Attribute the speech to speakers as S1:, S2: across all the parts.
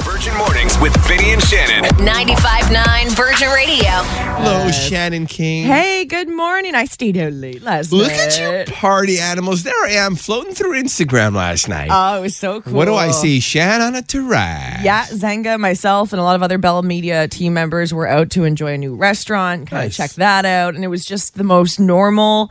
S1: Virgin Mornings with Vinny and Shannon.
S2: 95.9 Virgin Radio.
S3: Hello, Shannon King.
S4: Hey, good morning. I stayed out late last
S3: Look
S4: night.
S3: at you, party animals. There I am floating through Instagram last night.
S4: Oh, it was so cool.
S3: What do I see? Shannon on a terrace.
S4: Yeah, Zenga, myself, and a lot of other Bell Media team members were out to enjoy a new restaurant, kind
S3: Nice.
S4: of check that out. And it was just the most normal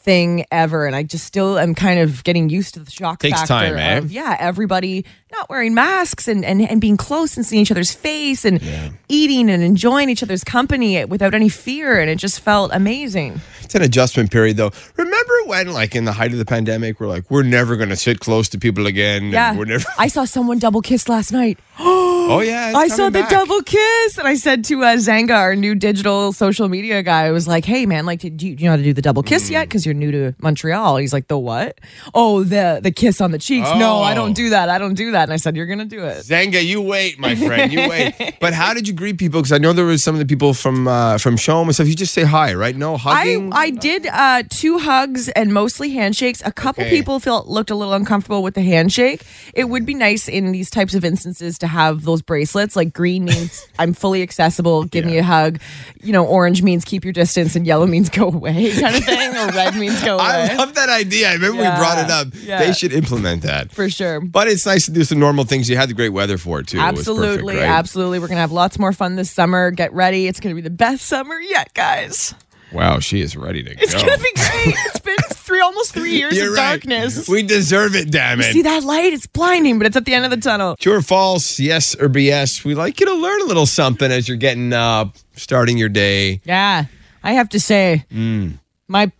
S4: thing ever. And I just still am kind of getting used to the shock
S3: Takes
S4: factor
S3: time, eh?
S4: of, yeah, everybody not wearing masks and, and, and being close and seeing each other's face and eating and enjoying each other's company without any fear. And it just felt amazing.
S3: It's an adjustment period, though. Remember when, like, in the height of the pandemic, we're like, we're never going to sit close to people again. and
S4: Yeah.
S3: We're never.
S4: I saw someone double kiss last night.
S3: oh, yeah. it's
S4: I saw
S3: coming
S4: the
S3: back.
S4: double kiss, and I said to uh, Zanga, our new digital social media guy, I was like, "Hey, man, like, did you, do you know how to do the double kiss
S3: Mm.
S4: yet? Because you're new to Montreal." He's like, "The what? Oh, the the kiss on the cheeks. No,
S3: Oh.
S4: I don't do that. I don't do that." And I said, "You're gonna do it."
S3: Zenga, you wait, my friend. You wait. but how did you greet people? Because I know there was some of the people from uh, from Shome and stuff. You just say hi, right? No
S4: I,
S3: hugging.
S4: I did uh, two hugs and mostly handshakes. A couple
S3: Okay.
S4: people felt looked a little uncomfortable with the handshake. It would be nice in these types of instances to have those bracelets. Like green means I'm fully accessible, give me a hug. You know, orange means keep your distance, and yellow means go away, kind of thing, or red means go
S3: I
S4: away.
S3: love that idea. I remember we brought it
S4: Yeah.
S3: up.
S4: Yeah.
S3: They should implement that.
S4: for sure.
S3: But it's nice to do some normal things. You had the great weather for it too. It was perfect,
S4: Absolutely,
S3: right?
S4: absolutely. We're gonna have lots more fun this summer. Get ready. It's gonna be the best summer yet, guys.
S3: Wow, she is ready to
S4: It's
S3: go.
S4: gonna be great. It's been three almost three years
S3: You're
S4: of
S3: right.
S4: darkness.
S3: We deserve it, damn
S4: See
S3: it.
S4: that light? It's blinding, but it's at the end of the tunnel.
S3: True or false? Yes or BS? We like you to learn a little something as you're getting up, starting your day.
S4: Yeah, I have to say,
S3: Mm.
S4: my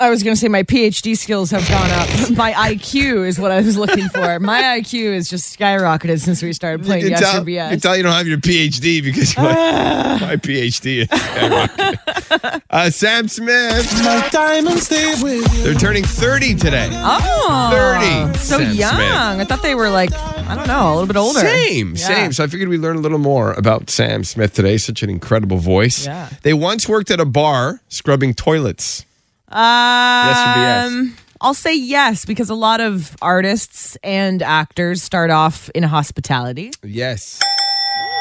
S4: I was going to say my PhD skills have gone up. my IQ is what I was looking for. my IQ is just skyrocketed since we started playing
S3: you,
S4: Yes
S3: tell,
S4: or Ah. BS.
S3: you tell you don't have your PhD because you're like, my PhD is skyrocketing." uh, Sam Smith. They're turning 30 today.
S4: oh,
S3: 30,
S4: So
S3: Sam
S4: young. I thought they were like I don't know, a little bit older.
S3: Same,
S4: Yeah.
S3: same. So I figured we learn a little more about Sam Smith today. Such an incredible voice.
S4: Yeah.
S3: They once worked at a bar scrubbing toilets.
S4: Um,
S3: or
S4: I'll say yes because a lot of artists and actors start off in hospitality.
S3: Yes.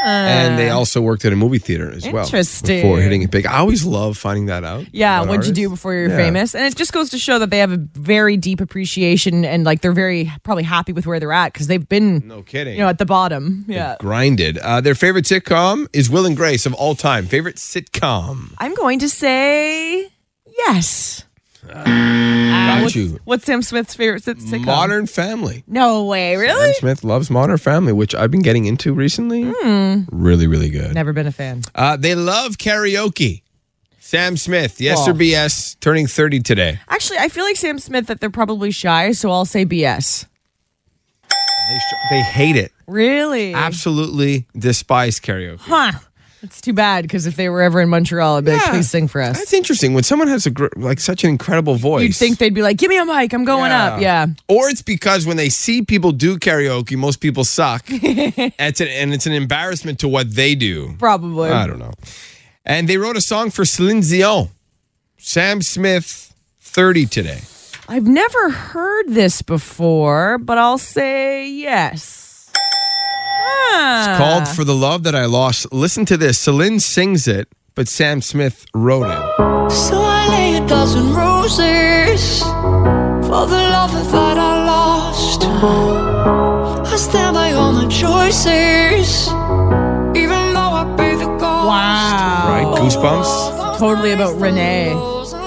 S3: and they also worked at a movie theater as well. Before
S4: Interesting.
S3: hitting it big. I always love finding that out.
S4: Yeah,
S3: about
S4: what'd you do
S3: artists.
S4: before you're
S3: Yeah.
S4: famous? And it just goes to show that they have a very deep appreciation and like they're very probably happy with where they're at because they've been,
S3: No kidding.
S4: you know, at the bottom. Yeah.
S3: Grinded. Uh, their favorite sitcom is Will and Grace of all time. Favorite sitcom.
S4: I'm going to say yes. Uh,
S3: Ah. Got
S4: what's,
S3: you.
S4: what's Sam Smith's favorite sit- sitcom?
S3: Modern Family.
S4: No way,
S3: Sam
S4: really?
S3: Smith loves Modern Family, which I've been getting into recently.
S4: Hmm.
S3: Really, really good.
S4: Never been a fan.
S3: Uh, they love karaoke. Sam Smith, yes or
S4: Wow.
S3: BS, turning 30 today.
S4: Actually, I feel like Sam Smith that they're probably shy, so I'll say BS.
S3: They, sh- they hate it.
S4: Really?
S3: Absolutely despise karaoke.
S4: Huh. It's too bad because if they were ever in Montreal, I'd be like,
S3: Yeah.
S4: please sing for us.
S3: That's interesting. When someone has a gr- like such an incredible voice,
S4: You'd think they'd be like, give me a mic, I'm going up. Yeah.
S3: Or it's because when they see people do karaoke, most people suck. it's an, and it's an embarrassment to what they do.
S4: Probably.
S3: I don't know. And they wrote a song for Celine Dion. Sam Smith, 30 today.
S4: I've never heard this before, but I'll say yes. Ah.
S3: It's called For the Love That I Lost. Listen to this. Celine sings it, but Sam Smith wrote it.
S5: So I lay a dozen roses for the lover that I lost. I stand by all my choices, even though I pay the cost.
S3: Right?
S4: Wow.
S3: Goosebumps?
S4: Totally about Renee.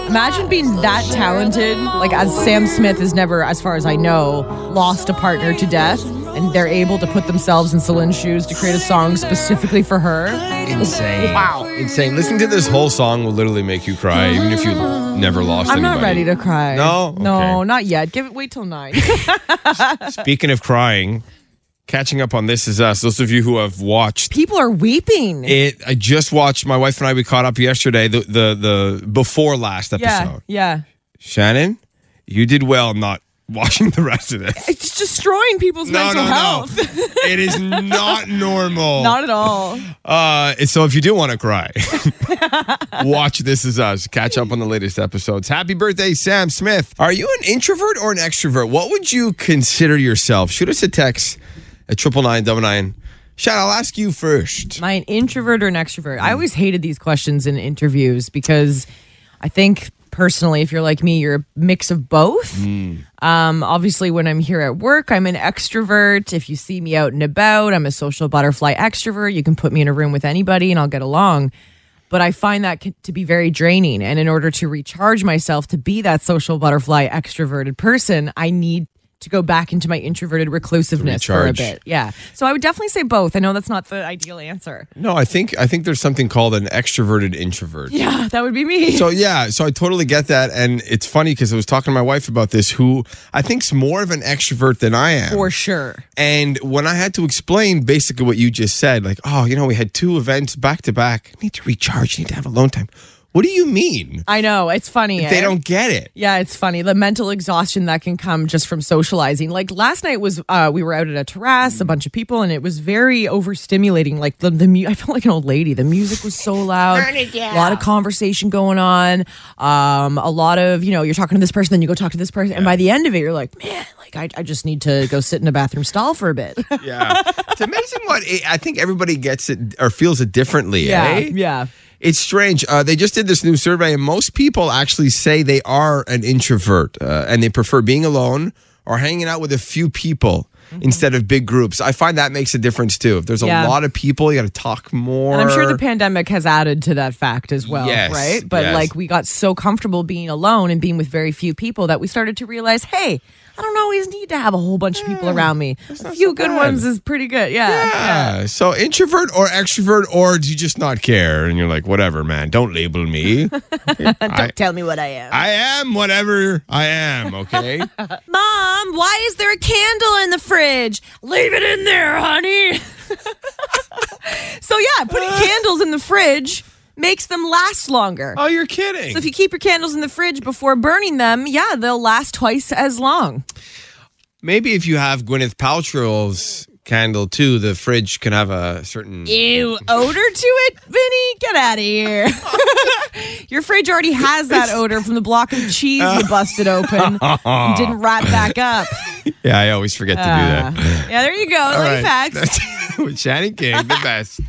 S4: Imagine being that talented, like as Sam Smith has never, as far as I know, lost a partner to death, and they're able to put themselves in Celine's shoes to create a song specifically for her.
S3: Insane. Wow. Insane. Listen to this whole song will literally make you cry, even if you never lost
S4: I'm not ready
S3: anybody.
S4: to cry.
S3: No?
S4: no,
S3: Okay.
S4: not yet. Give it. Wait till nine.
S3: Speaking of crying, catching up on This Is Us, those of you who have watched
S4: People are weeping.
S3: it, I just watched, my wife and I, we caught up yesterday, the, the, the before last episode.
S4: yeah, yeah.
S3: Shannon, you did well not watching the rest of this.
S4: It's destroying people's mental health.
S3: it is not normal.
S4: Not at all.
S3: Uh, and so if you do want to cry, watch This Is Us. Catch up on the latest episodes. Happy birthday, Sam Smith. Are you an introvert or an extrovert? What would you consider yourself? Shoot us a text at triple nine double nine Shad, I'll ask you first.
S4: Am I an introvert or an extrovert? I always hated these questions in interviews because I think personally, if you're like me, you're a mix of both. Um, obviously, when I'm here at work, I'm an extrovert. If you see me out and about, I'm a social butterfly extrovert. You can put me in a room with anybody and I'll get along. But I find that c- to be very draining. And in order to recharge myself to be that social butterfly extroverted person, I need to go back into my introverted reclusiveness for a
S3: recharge.
S4: bit. Yeah. So I would definitely say both. I know that's not the ideal answer.
S3: No, I think I think there's something called an extroverted introvert.
S4: Yeah, that would be me.
S3: So yeah, so I totally get that, and it's funny because I was talking to my wife about this, who I think's more of an extrovert than I am.
S4: for sure.
S3: And when I had to explain basically what you just said, like, oh, you know, we had two events back to back. Need to recharge. Need to have alone time. What do you mean?
S4: I know. It's funny.
S3: They
S4: eh?
S3: don't get it.
S4: Yeah, it's funny. The mental exhaustion that can come just from socializing. Like last night was, uh, we were out at a
S3: Mm.
S4: terrace, a bunch of people, and it was very overstimulating. Like the, the mu- I felt like an old lady. The music was so loud. A lot of conversation going on. Um, a lot of, you know, you're talking to this person, then you go talk to this person. And by the end of it, you're like, man, like I, I just need to go sit in a bathroom stall for a bit.
S3: Yeah, it's amazing what it, I think everybody gets it or feels it differently.
S4: yeah.
S3: eh?
S4: Yeah.
S3: It's strange. Uh, they just did this new survey, and most people actually say they are an introvert uh, and they prefer being alone or hanging out with a few people instead of big groups. I find that makes a difference too. If there's
S4: Mm-hmm. Yeah.
S3: a lot of people, you got to talk more.
S4: And I'm sure the pandemic has added to that fact as well,
S3: Yes,
S4: right? But
S3: yes.
S4: like we got so comfortable being alone and being with very few people that we started to realize, hey, I don't always need to have a whole bunch of people around me. A few good
S3: bad.
S4: ones is pretty good. Yeah.
S3: Yeah. So introvert or extrovert, or do you just not care? And you're like, whatever, man. Don't label me. I,
S4: Tell me what I am.
S3: I am whatever I am. Okay.
S4: Mom, why is there a candle in the fridge? Leave it in there, honey. so yeah, putting
S3: Uh.
S4: candles in the fridge makes them last longer.
S3: oh, you're kidding.
S4: So if you keep your candles in the fridge before burning them, yeah, they'll last twice as long.
S3: Maybe if you have Gwyneth Paltrow's candle too, the fridge can have a certain.
S4: Ew, odor to it, Vinny? Get out of here. Your fridge already has that odor from the block of cheese you busted open and didn't wrap back up.
S3: Yeah, I always forget to do
S4: Uh,
S3: that.
S4: yeah, there you go.
S3: All
S4: Little
S3: right.
S4: facts.
S3: With Shannon King, the best.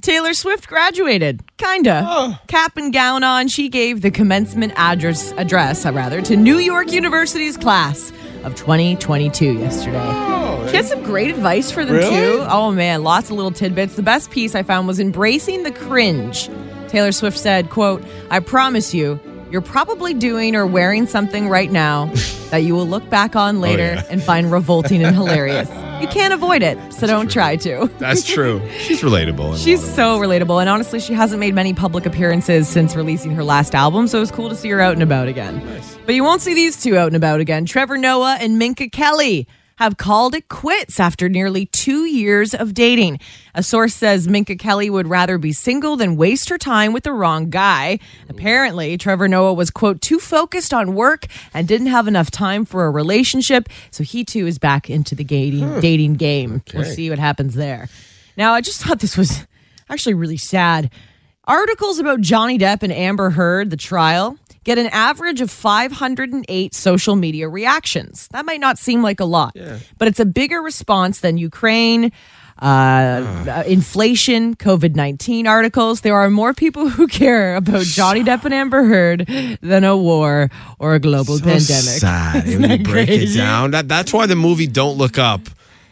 S4: Taylor Swift graduated, kinda.
S3: Oh.
S4: Cap and gown on, she gave the commencement address, address uh, rather, to New York University's class of 2022 yesterday. She had some great advice for them
S3: Oh, Really?
S4: too. Oh man, lots of little tidbits. The best piece I found was embracing the cringe. Taylor Swift said, "Quote: I promise you, you're probably doing or wearing something right now that you will look back on later
S3: Oh, yeah.
S4: and find revolting and hilarious. You can't avoid it, so don't try to."
S3: That's true. She's relatable. in a
S4: She's
S3: lot of
S4: so relatable, and honestly, she hasn't made many public appearances since releasing her last album, so it was cool to see her out and about again. But you won't see these two out and about again. Trevor Noah and Minka Kelly have called it quits after nearly two years of dating. A source says Minka Kelly would rather be single than waste her time with the wrong guy. Apparently, Trevor Noah was, quote, too focused on work and didn't have enough time for a relationship, so he too is back into the dating, dating game. We'll see what happens there. Now, I just thought this was actually really sad. Articles about Johnny Depp and Amber Heard, the trial, get an average of 508 social media reactions. That might not seem like a lot, but it's a bigger response than Ukraine, uh, uh, inflation, COVID 19 articles. There are more people who care about Johnny Depp and Amber Heard than a war or a global
S3: So
S4: pandemic.
S3: sad when you break it down. That, that's why the movie Don't Look Up.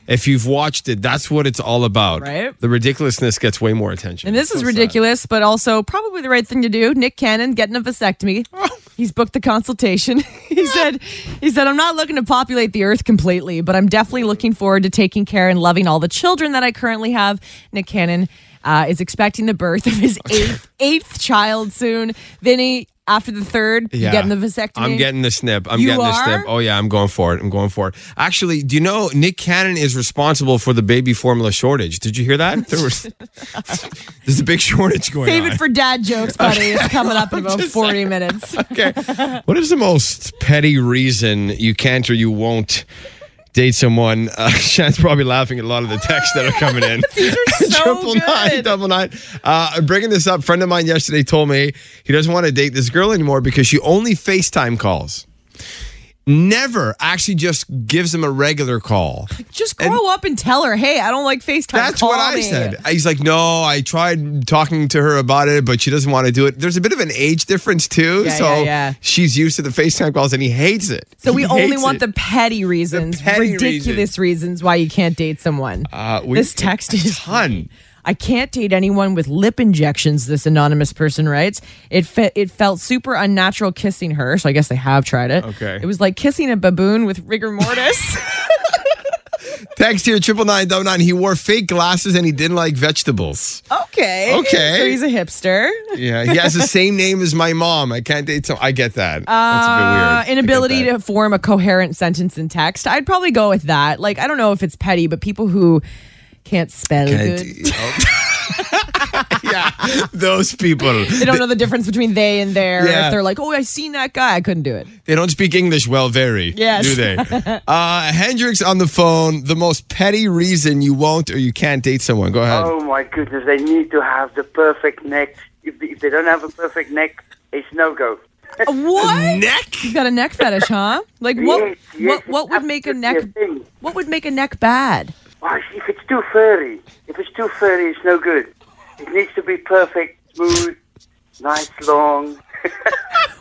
S3: If you've watched it, that's what it's all about.
S4: Right?
S3: The ridiculousness gets way more attention.
S4: And this
S3: So
S4: is
S3: sad.
S4: ridiculous, but also probably the right thing to do. Nick Cannon getting a vasectomy. He's booked the consultation. he said, "He said I'm not looking to populate the earth completely, but I'm definitely looking forward to taking care and loving all the children that I currently have." Nick Cannon uh, is expecting the birth of his eighth, eighth child soon. Vinny, after the third, you
S3: Yeah.
S4: getting the vasectomy.
S3: I'm getting the snip. I'm
S4: You
S3: getting the
S4: are?
S3: snip. Oh yeah, I'm going for it. I'm going for it. Actually, do you know Nick Cannon is responsible for the baby formula shortage? Did you hear that? There was there's a big shortage going
S4: Save
S3: on.
S4: it for dad jokes, buddy. It's coming up in about 40 minutes.
S3: okay. What is the most petty reason you can't or you won't date someone? Uh, Shan's probably laughing at a lot of the texts that are coming in. These
S4: are so
S3: Triple nine,
S4: good.
S3: double nine. Uh, I'm bringing this up. friend of mine yesterday told me he doesn't want to date this girl anymore because she only FaceTime calls. never actually just gives him a regular call.
S4: Just grow up and tell her, hey, I don't like FaceTime.
S3: That's
S4: Call
S3: what I
S4: me."
S3: said. He's like, no, I tried talking to her about it, but she doesn't want to do it. There's a bit of an age difference too,
S4: Yeah,
S3: so
S4: yeah, yeah.
S3: she's used to the FaceTime calls, and he hates it.
S4: So we
S3: He
S4: only
S3: hates
S4: want
S3: it.
S4: the petty reasons,
S3: petty
S4: ridiculous reasons. why you can't date someone.
S3: Uh, we-
S4: this text is
S3: ton.
S4: I can't date anyone with lip injections. This anonymous person writes. It fe- it felt super unnatural kissing her. So I guess they have tried it.
S3: Okay.
S4: It was like kissing a baboon with rigor mortis.
S3: Text here triple nine double nine. He wore fake glasses and he didn't like vegetables.
S4: okay.
S3: Okay.
S4: So he's a hipster.
S3: Yeah, he has the same name as my mom. I can't date. So I get that.
S4: Uh,
S3: That's a bit weird.
S4: inability to form a coherent sentence in text. I'd probably go with that. Like I don't know if it's petty, but people who can't spell good.
S3: e- oh. yeah, those people.
S4: they don't know the difference between they and their.
S3: Yeah.
S4: If they're like, oh, I seen that guy, I couldn't do it.
S3: They don't speak English well, very.
S4: Yes.
S3: Do they? uh, Hendrix on the phone. The most petty reason you won't or you can't date someone. Go ahead.
S6: Oh my goodness, they need to have the perfect neck. If, if they don't have a perfect neck, it's no go.
S4: What?
S3: Neck.
S4: You got a neck fetish, huh? Like what?
S6: Yes, yes,
S4: what? What
S6: it's
S4: would make a neck?
S6: absolutely a thing.
S4: What would make a neck bad?
S6: Why, if it's too furry, if it's too furry, it's no good. It needs to be perfect, smooth, nice, long.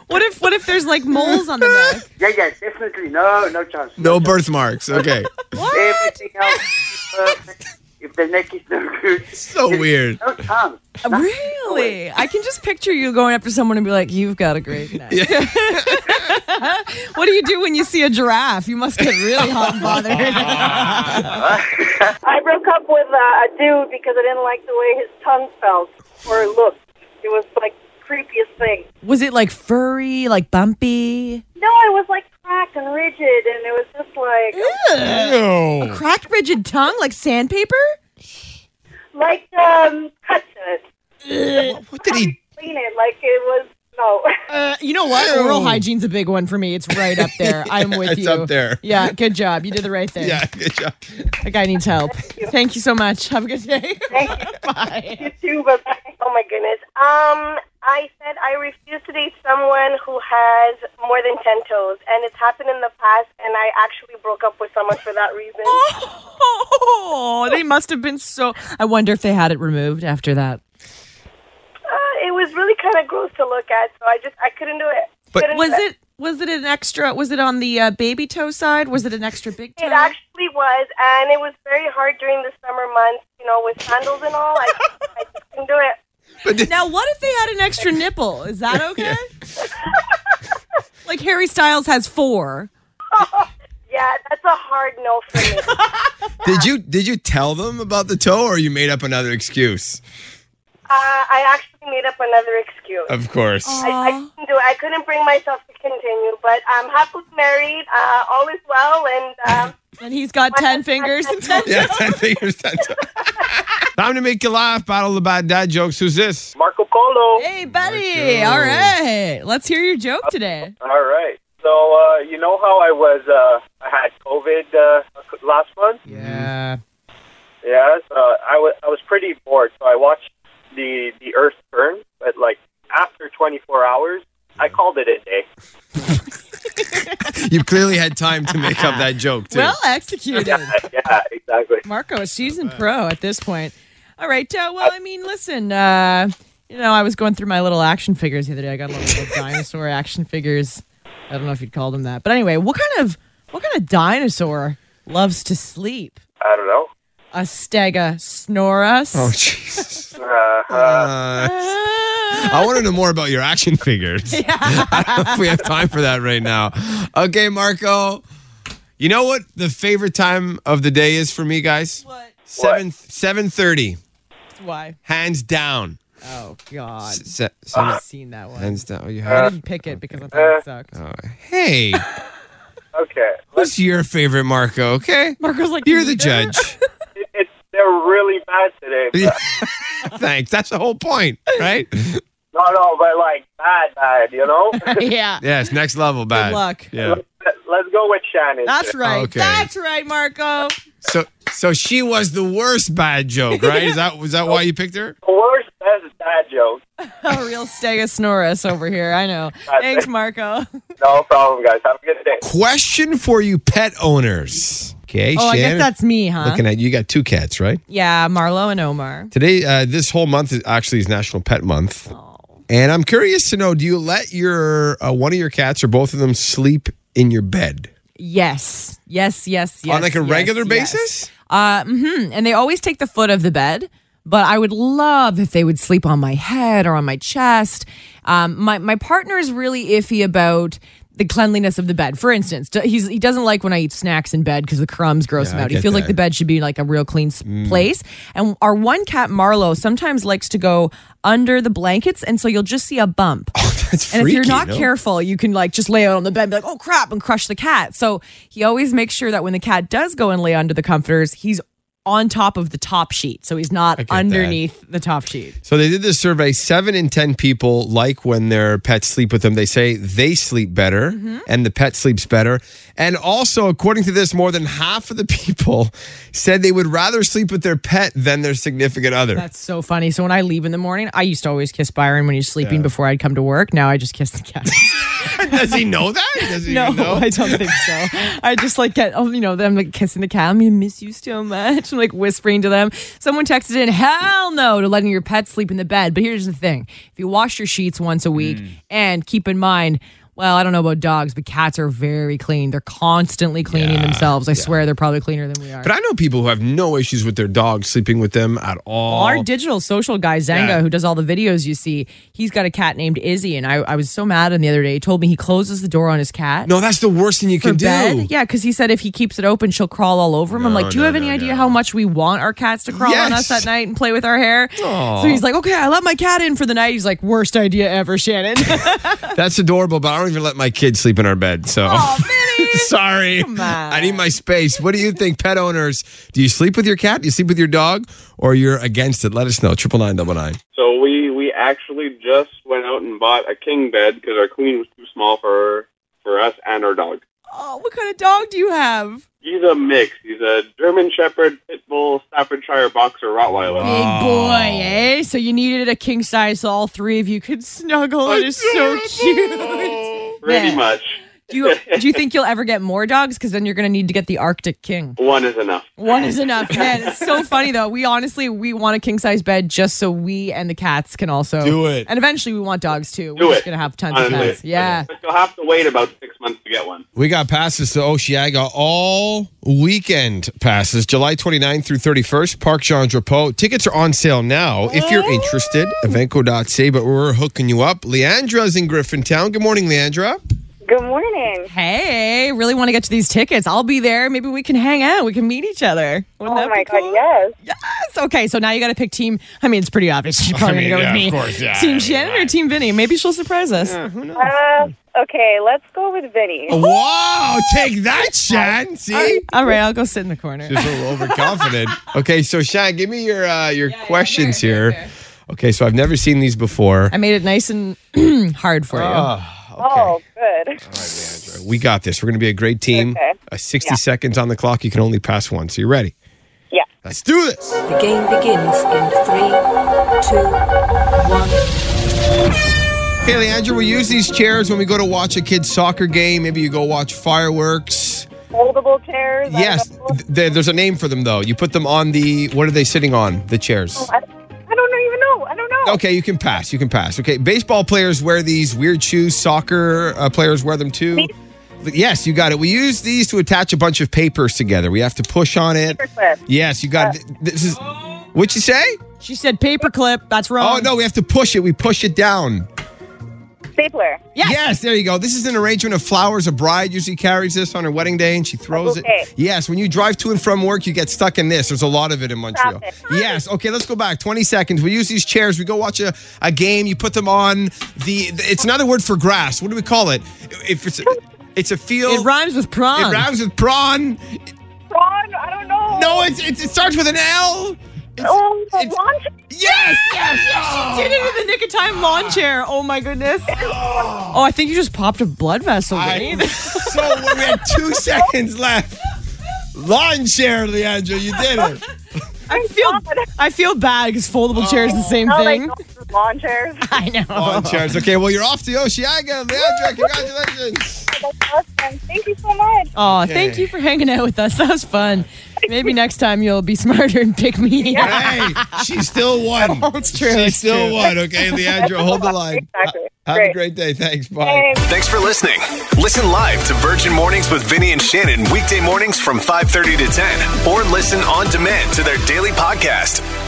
S4: What if? What if there's like moles on the neck?
S6: yeah, yeah, definitely. No, no chance.
S3: No birthmarks. Okay.
S6: Everything else is perfect. If the neck is no good,
S3: so
S6: there's
S3: weird.
S6: No chance.
S4: Really? I can just picture you going up to someone and be like, "You've got a great neck." what do you do when you see a giraffe? You must get really hot and bothered.
S7: I broke up with uh, a dude because I didn't like the way his tongue felt or looked. It was like creepiest thing.
S4: Was it like furry, like bumpy?
S7: No, it was like cracked and rigid, and it was just like
S3: Ew.
S4: Cracked, rigid tongue, like sandpaper?
S7: like um, cuts in it.
S3: What did he?
S7: Clean it like it was no.
S4: Uh, you know what?
S3: Ew.
S4: Oral hygiene's a big one for me. It's right up there. I'm with
S3: it's
S4: you.
S3: up there.
S4: Yeah, good job. You did the right thing.
S3: Yeah. Good job.
S4: That guy needs help. Thank you so much. Have a good day. Bye.
S7: too, but oh my goodness. Um, I said I refuse to date someone who has more than ten toes, and it's happened in the past, and I actually broke up with someone for that reason.
S4: Oh, they must have been so. I wonder if they had it removed after that.
S7: Uh, it was really kind of gross to look at, so I just I couldn't do it.
S3: But-
S7: Couldn't
S4: Was
S7: do
S4: it? Was it an extra? Was it on the uh, baby toe side? Was it an extra big toe?
S7: It actually was, and it was very hard during the summer months, you know, with sandals and all. I, I just couldn't do it.
S4: now, what if they had an extra nipple? Is that okay? like Harry Styles has four.
S7: Yeah, that's a hard no for me. Uh,
S3: Did you did you tell them about the toe or you made up another excuse?
S7: uh, I actually made up another excuse.
S3: Of course.
S7: I, I couldn't do it. I couldn't bring myself to continue, but I'm happily married. Uh, all is well, and um,
S4: And he's got ten fingers and ten.
S3: Yeah, ten fingers, ten toes. Time to make you laugh. Battle the bad dad jokes. Who's this?
S8: Marco Polo.
S4: Hey, buddy. All right. Let's hear your joke today.
S8: All right. So uh, you know how I was? Uh, I had COVID uh, last month.
S4: Yeah.
S8: Mm-hmm. Yes. Uh, I was. I was pretty bored, so I watched the the Earth burn. But like after 24 hours, I called it a day.
S3: You clearly had time to make up that joke too.
S4: Well executed.
S8: yeah, exactly.
S4: Marco, a seasoned pro at this point. All right. Uh, well, I mean, listen, uh, you know, I was going through my little action figures the other day. I got a lot of little dinosaur action figures. I don't know if you'd call them that. But anyway, what kind of what kind of dinosaur loves to sleep?
S8: I don't know.
S4: A stegosaurus?
S3: oh Jesus.
S8: Uh,
S3: Uh, I want to know more about your action figures. I don't know if we have time for that right now. Okay, Marco. You know what the favorite time of the day is for me, guys?
S4: What?
S3: Seven seven thirty,
S4: Why?
S3: hands down.
S4: Oh God.
S3: Se- seven-
S4: I've seen that one.
S3: hands down. Oh, You
S4: I
S3: have. Oh,
S4: didn't pick it because I thought
S3: uh,
S4: it sucked.
S3: Hey,
S8: okay.
S3: what's your favorite, Marco? Okay,
S4: Marco's like
S3: you're the
S4: "Neither."
S3: judge.
S8: It, it, they're really bad today. But,
S3: Thanks. That's the whole point, right?
S8: no, no, but like bad, bad. You know.
S4: Yeah.
S3: yes, next level bad.
S4: luck.
S3: Yeah.
S8: Let's go with Shannon.
S4: That's right.
S3: Okay.
S4: That's right, Marco.
S3: So so she was the worst bad joke, right? Is that was that why you picked her?
S8: The worst best dad joke.
S4: Oh, A real stegosaurus over here. I know. Thanks, Marco.
S8: No problem, guys. Have a good day.
S3: Question for you, pet owners. Okay,
S4: Oh, I
S3: Shannon.
S4: guess that's me, huh?
S3: looking at you. Got two cats, right?
S4: yeah, Marlo and Omar.
S3: Today, uh, this whole month is actually is National Pet Month,
S4: Oh.
S3: and I'm curious to know: Do you let your uh, one of your cats or both of them sleep in your bed?
S4: Yes, yes, yes, yes.
S3: On, like, a
S4: yes,
S3: regular
S4: yes.
S3: basis?
S4: Uh, hmm And they always take the foot of the bed. But I would love if they would sleep on my head or on my chest. Um, my my partner is really iffy about the cleanliness of the bed. For instance, d- he's, he doesn't like when I eat snacks in bed because the crumbs gross
S3: Yeah,
S4: him
S3: I
S4: out. He
S3: get
S4: feels like
S3: that. Mm.
S4: the bed should be like a real clean s place. And our one cat Marlo sometimes likes to go under the blankets, and so you'll just see a bump.
S3: That's
S4: And if you're
S3: freaky,
S4: not
S3: no?
S4: careful, you can like just lay out on the bed and be like, oh crap, and crush the cat. So he always makes sure that when the cat does go and lay under the comforters, he's on top of the top sheet. So he's not
S3: get that.
S4: underneath the top sheet.
S3: So they did this survey. Seven in ten people like when their pets sleep with them. They say they sleep better,
S4: Mm-hmm.
S3: and the pet sleeps better. And also, according to this, more than half of the people said they would rather sleep with their pet than their significant other.
S4: That's so funny. So when I leave in the morning, I used to always kiss Byron when he's sleeping before I'd come to work. Now I just kiss the cat.
S3: Does he know that? Does he
S4: no,
S3: even know?
S4: I don't think so. I just like get, oh, you know, them like kissing the cat. I'm gonna miss you so much. I'm like whispering to them. Someone texted in, hell no, to letting your pet sleep in the bed. But here's the thing: if you wash your sheets once a
S3: Mm.
S4: week, and keep in mind. Well, I don't know about dogs, but cats are very clean. They're constantly cleaning themselves. I swear they're probably cleaner than we are.
S3: But I know people who have no issues with their dog sleeping with them at all.
S4: Our digital social guy, Zanga,
S3: Yeah.
S4: who does all the videos you see, he's got a cat named Izzy. And I, I was so mad at him the other day. He told me he closes the door on his cat.
S3: no, that's the worst thing you
S4: for
S3: can
S4: bed.
S3: do.
S4: Yeah, because he said if he keeps it open, she'll crawl all over him. I'm like, do you have any idea how much we want our cats to crawl on us
S3: Yes.
S4: at night and play with our hair? So he's like, okay, I let my cat in for the night. He's like, worst idea ever, Shannon.
S3: That's adorable, but I don't even let my kids sleep in our bed. So sorry. I need my space. What do you think, pet owners? Do you sleep with your cat? Do you sleep with your dog? Or you're against it? Let us know. Triple nine double nine.
S8: So we we actually just went out and bought a king bed because our queen was too small for for us and our dog.
S4: oh, what kind of dog do you have?
S8: He's a mix. He's a German Shepherd, Pit Bull, Staffordshire Boxer, Rottweiler.
S4: Big boy, eh? So you needed a king size so all three of you could snuggle. It is so cute.
S8: Pretty
S4: Man.
S8: much.
S4: Do you, do you think you'll ever get more dogs? Because then you're going to need to get the Arctic King.
S8: One is enough.
S4: One is enough, man. It's so funny though. We honestly we want a king size bed just so we and the cats can also
S3: Do it.
S4: And eventually we want dogs too.
S8: Do
S4: We're just
S8: it.
S4: gonna have tons of
S8: Honestly.
S4: cats. Yeah.
S8: But you'll have to wait about six months to get one.
S3: We got passes to Oceaga all weekend passes, July 29th through 31st, Park Jean Drapeau. Tickets are on sale now if you're interested. Evenco.ca, but we're hooking you up. Leandra's in Griffintown. Good morning, Leandra.
S7: Good morning.
S4: Hey, really want to get to these tickets. I'll be there. Maybe we can hang out. We can meet each other. Wouldn't
S7: Oh
S4: that
S7: my
S4: be cool?
S7: god, yes.
S4: Yes. Okay, so now you gotta pick team. I mean, it's pretty obvious. She's probably
S3: mean,
S4: gonna go
S3: yeah,
S4: with me.
S3: of course, yeah.
S4: team Shannon or Team Vinny. Maybe she'll surprise us.
S7: Uh, okay, let's go with Vinny.
S3: Wow, take that, Shan. See?
S4: All right, I'll go sit in the corner.
S3: Just a little overconfident. Okay, so Shan, give me your uh, your questions here. Okay, so I've never seen these before.
S4: I made it nice and hard for you.
S7: Oh, good.
S3: We got this. We're going to be a great team.
S7: Okay.
S3: Uh, 60 seconds on the clock. You can only pass one. So you ready?
S7: Yeah.
S3: Let's do this.
S9: The game begins in three, two, one.
S3: Hey, Leandra, we use these chairs when we go to watch a kid's soccer game. Maybe you go watch fireworks.
S7: Foldable chairs. I
S3: Yes,
S7: don't know.
S3: th- there- there's a name for them, though. You put them on the, what are they sitting on? The chairs.
S7: I, I don't even know. I don't know.
S3: Okay, you can pass. You can pass. Okay, baseball players wear these weird shoes. Soccer uh, players wear them too. But yes, you got it. We use these to attach a bunch of papers together. We have to push on it.
S7: Paperclip.
S3: Yes, you got it. This is. What'd you say?
S4: She said paperclip. That's wrong.
S3: Oh no, we have to push it. We push it down.
S7: Stapler.
S4: Yes.
S3: there you go. This is an arrangement of flowers. A bride usually carries this on her wedding day, and she throws
S7: bouquet.
S3: it. Yes, when you drive to and from work, you get stuck in this. There's a lot of it in Montreal.
S7: Traffic.
S3: Yes. Okay, let's go back. 20 seconds. We use these chairs. We go watch a, a game. You put them on the. It's another word for grass. What do we call it? If it's it's a field.
S4: It rhymes with prawn.
S3: It rhymes with prawn.
S7: Prawn. I don't know.
S3: No, it's, it's it starts with an L. It's,
S7: Oh, the
S3: it's-
S7: lawn chair.
S3: yes, yes. Oh.
S4: Did it in the nick of time lawn chair. Oh my goodness. Oh, I think you just popped a blood vessel.
S3: I,
S4: Vinny.
S3: so we had two seconds left. Lawn chair, Leandro, you did it.
S4: I feel I feel bad because foldable chairs is the same
S7: Oh, my
S4: thing.
S7: God. lawn chairs.
S4: I know.
S3: Lawn chairs. Oh, Okay, well, you're off to Oceaga. Leandra, congratulations.
S7: That's awesome. Thank you so much.
S4: Oh,
S3: Okay.
S4: thank you for hanging out with us. That was fun. Maybe next time you'll be smarter and pick me. up.
S3: Hey, she still won.
S4: It's true,
S3: She
S4: it's
S3: still
S4: true.
S3: won. Okay, Leandra, hold the line.
S7: Exactly.
S3: Have a
S7: Great.
S3: great day. Thanks. Bye.
S7: Thanks.
S1: Thanks for listening. Listen live to Virgin Mornings with Vinny and Shannon weekday mornings from 5:30 to 10 or listen on demand to their daily podcast.